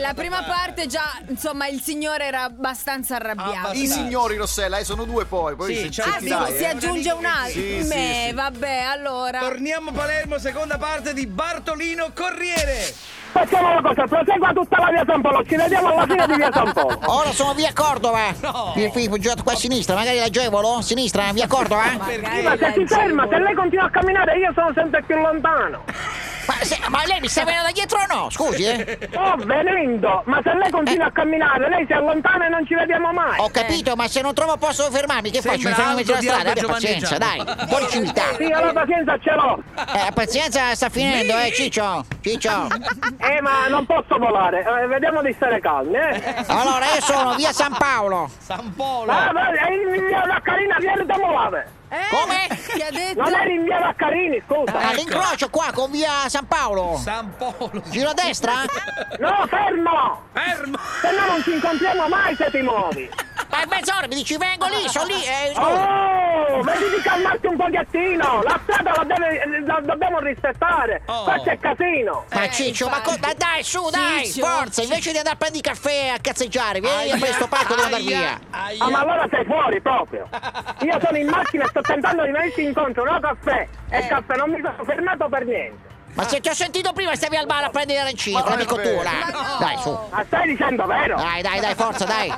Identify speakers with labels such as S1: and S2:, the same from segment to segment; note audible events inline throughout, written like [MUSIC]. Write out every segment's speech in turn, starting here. S1: La prima parte già, insomma, il signore era abbastanza arrabbiato.
S2: I signori Rossella, eh, sono due poi. poi
S3: Sì,
S2: se
S3: c'è
S2: ci
S3: un
S1: Ah,
S2: ti
S1: sì,
S3: dai,
S1: si
S3: eh.
S1: aggiunge un altro.
S2: Sì, sì,
S1: Beh,
S2: sì.
S1: vabbè,
S4: Ah.
S1: allora.
S3: Torniamo a Palermo, seconda parte di Bartolino Corriere.
S4: Facciamo una cosa, prosegua tutta la via San Polo, ci vediamo alla fine di via San
S5: [LAUGHS]
S4: Polo.
S5: Ora sono via Cordova!
S3: No.
S5: Il qui, girato qua a sinistra, magari l'agevolo? Sinistra, via Cordova?
S1: Magari
S4: Ma se
S1: la
S4: si ferma,
S1: agevolo.
S4: se lei continua a camminare io sono sempre più lontano.
S5: Ma, se- ma lei mi sta venendo da dietro o no? Scusi, eh?
S4: Sto Oh, venendo, ma se lei continua a camminare, lei si allontana e non ci vediamo mai.
S5: Ho capito, ma se non trovo posso fermarmi, che faccio?
S3: Eh. Sembra
S5: Mi fermo in mezzo alla
S3: Aldo
S5: strada,
S3: di
S5: abbia
S3: Aldo
S5: pazienza, dai!
S3: Giovanni
S5: Buona civiltà!
S4: Sì, io la pazienza ce l'ho.
S5: Eh, la pazienza sta finendo, eh, Ciccio! Ciccio!
S4: Eh, ma non posso volare, eh, vediamo di stare calmi, eh.
S5: Allora, io sono via San Paolo!
S3: San Polo.
S4: Ah, ma eh, in via Vaccarina, vieni da Molave.
S1: Eh,
S5: Come?
S1: Ti ha detto?
S4: Non eri in via Vaccarini,
S3: Ecco.
S5: Eh.
S4: scusa.
S5: All'incrocio qua con via San Paolo!
S3: San Polo.
S5: Giro a destra? Eh,
S4: No, fermo!
S3: Fermo.
S4: Se no non ci incontriamo mai se ti muovi.
S5: Ma è mezz'ora, mi dici vengo lì, sono lì, eh, scusa.
S4: Oh, vedi di calmarti un pochettino! La strada la, deve- la dobbiamo rispettare!
S3: Oh.
S4: Questo è casino!
S5: Ma
S1: Eh,
S5: Ciccio, ma
S1: infatti.
S5: co- dai, dai, su, dai,
S1: Ciccio,
S5: forza, invece di andare a prendere il caffè a cazzeggiare, vieni a questo parco devo andare via.
S3: Aia.
S4: Ah, ma allora sei
S3: [LAUGHS]
S4: fuori proprio! Io sono in macchina e sto tentando di venirti incontro, no caffè!
S3: Eh.
S4: E caffè non mi sono fermato per niente!
S5: Ma se ti ho sentito prima stavi al bar a prendere l'arancino,
S2: Ma
S5: l'amico
S2: vabbè.
S5: tuo là.
S1: Ma no.
S5: Dai, su.
S4: Ma stai dicendo vero?
S3: Eh.
S5: Dai, dai, dai, forza, dai.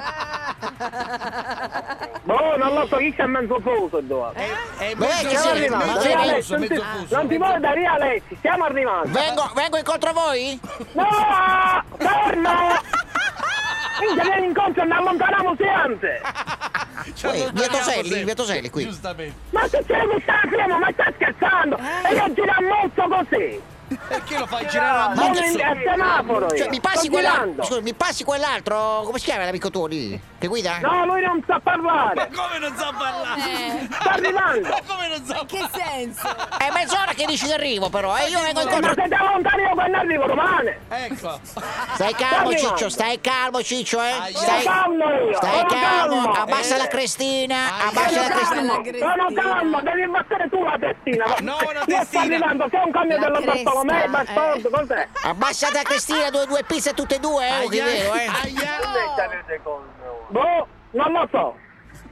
S4: Boh, non lo so chi c'è mezzo fuso dove.
S3: È, è
S5: Dov'è che
S3: mezzo,
S5: sei?
S3: è
S5: Ma
S3: Eh, mezzo
S5: sei
S3: fuso,
S4: adesso, non
S3: mezzo
S4: ti-
S3: fuso.
S4: non ti
S3: mezzo-
S4: vuole da Ria Alessi, stiamo arrivando!
S5: Vengo, vengo incontro a voi?
S4: No! Fermo!
S3: [LAUGHS]
S4: Minchia, vieni incontro e ne allontaniamo sempre!
S3: Ci
S5: Uè,
S3: allontaniamo
S5: via Toselli,
S3: sempre.
S5: via Toselli, qui.
S3: Giustamente.
S4: Ma se c'è un fermo, ma stai scherzando?
S5: Eh.
S4: E io giro a molto così!
S3: Perché lo
S4: Ah.
S3: fai girare a
S5: Ma
S4: Sono
S5: che
S4: in
S5: so-
S4: al semaforo io!
S5: Cioè, mi passi
S4: Sto girando.
S5: quell'altro. Scusa, mi passi quell'altro. Come si chiama l'amico tuo lì? Che guida?
S4: No, lui non sa
S3: Ma
S4: parlare!
S3: come non sa parlare?
S1: Eh,
S4: Sta arrivando!
S3: Ma come non sa
S1: che senso?
S5: È mezz'ora che dici che arrivo, però, e io vengo
S4: Eh, Ma
S5: incontro.
S4: se ti allontani io quando arrivo romane!
S3: Ecco.
S5: Stai calmo,
S4: arrivando.
S5: Ciccio, stai calmo, Ciccio, eh.
S3: Aia.
S4: Sono
S5: Stai,
S4: calmo io!
S5: stai
S4: Sono
S5: calmo,
S4: calmo!
S5: abbassa
S3: Eh.
S5: la crestina,
S3: Aia.
S5: abbassa la
S1: Sono
S5: crestina.
S1: calmo.
S4: Sono calmo, devi battere tu la testina!
S3: Ah, no, una
S4: Io sto
S3: testina.
S4: arrivando, c'è un camion
S1: La
S4: dello
S1: cresta,
S4: Bartolomeo,
S1: eh.
S4: bastardo, cos'è?
S5: Abbassate a Cristina due, due pizze tutte e due, eh, che vedo, eh.
S3: aia.
S1: Oh,
S4: Boh, non lo so!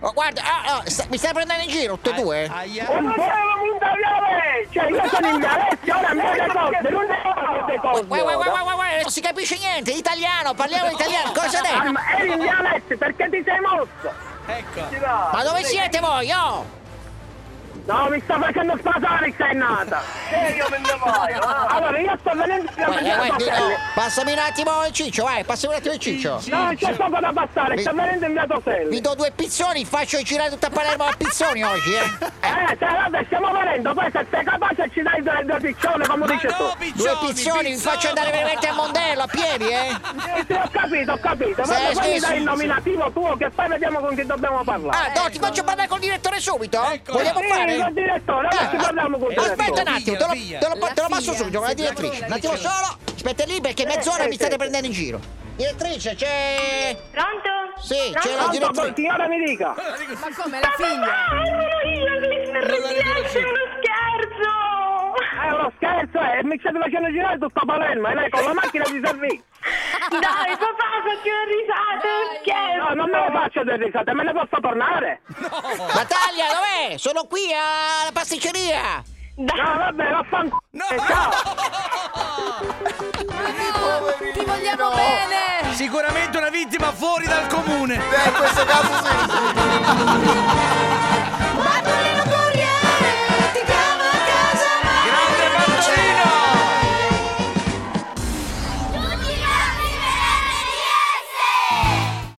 S5: Oh, guarda, ah, ah, sta- mi stai prendendo in giro tutte e due? eh?
S3: Aia.
S4: Un po' un tagliare! Cioè, io sono in Galessia, ora mi dite cose, non ne so queste cose!
S5: Uè, uè, uè,
S4: ora.
S5: uè, uè, uè, non si capisce niente, italiano, parliamo italiano, cosa
S4: Ah,
S5: dai?
S4: ma eri in dialetti perché ti sei mosso?
S3: Ecco.
S5: Ma dove siete voi, oh?
S4: No, mi sta facendo sfatare che sei nata! E io me ne voglio! Allora, io sto venendo a
S5: Uè,
S4: mangiare
S5: uè,
S4: la
S5: Dino,
S4: pelle!
S5: passami un attimo il ciccio, vai, passami un attimo il ciccio.
S4: No, c'è poco da passare, sto venendo in via
S5: Vi
S4: Toselli!
S5: do due pizzoni, faccio girare tutta Palermo a pizzoni oggi, eh. Eh,
S4: Eh, cioè, vabbè, stiamo venendo, poi se sei capace ci dai due, due piccioni, come
S3: Ma
S4: dici
S3: no,
S4: tu!
S5: Due
S3: piccioni,
S5: pizzoni, vi faccio andare veramente a Mondello, a piedi, eh.
S4: Eh, sì, ho capito, ho capito,
S5: Sì,
S4: ma
S5: sì,
S4: poi mi
S5: sì,
S4: dai il nominativo tuo che poi vediamo con chi dobbiamo parlare!
S5: Ah, no, ti faccio parlare col direttore subito?
S3: Ecco.
S5: Vogliamo
S4: Sì, col
S5: fare?
S4: direttore, ora ci
S5: Ah,
S4: parliamo col
S5: Aspetta
S4: direttore!
S5: un attimo, te lo, te lo- te lo passo subito con la direttrice. Un attimo solo, aspetta lì perché mezz'ora mi state prendendo in giro. Direttrice, c'è.
S6: Pronto?
S5: Sì, c'è la
S4: Pronto,
S5: direttrice.
S4: Signora mi dica!
S5: Eh.
S1: Ma come la figlia?
S6: Ah, sono io, Glitter,
S3: riconosciuto.
S6: c'è uno scherzo!
S4: È uno scherzo, eh, mi state facendo girare tutta Palermo, e lei con la macchina di servizio!
S6: Dai, papà, faccio una risata, è uno
S5: Eh,
S6: scherzo!
S4: No, non me lo faccio delle risate, me ne posso tornare?
S5: Battaglia, dov'è? Sono qui alla pasticceria.
S4: No, vabbè, vaffanculo.
S3: No!
S4: Ciao.
S1: Ti vogliamo bene!
S3: Sicuramente una vittima fuori dal comune.
S2: Eh, in questo caso
S5: certo.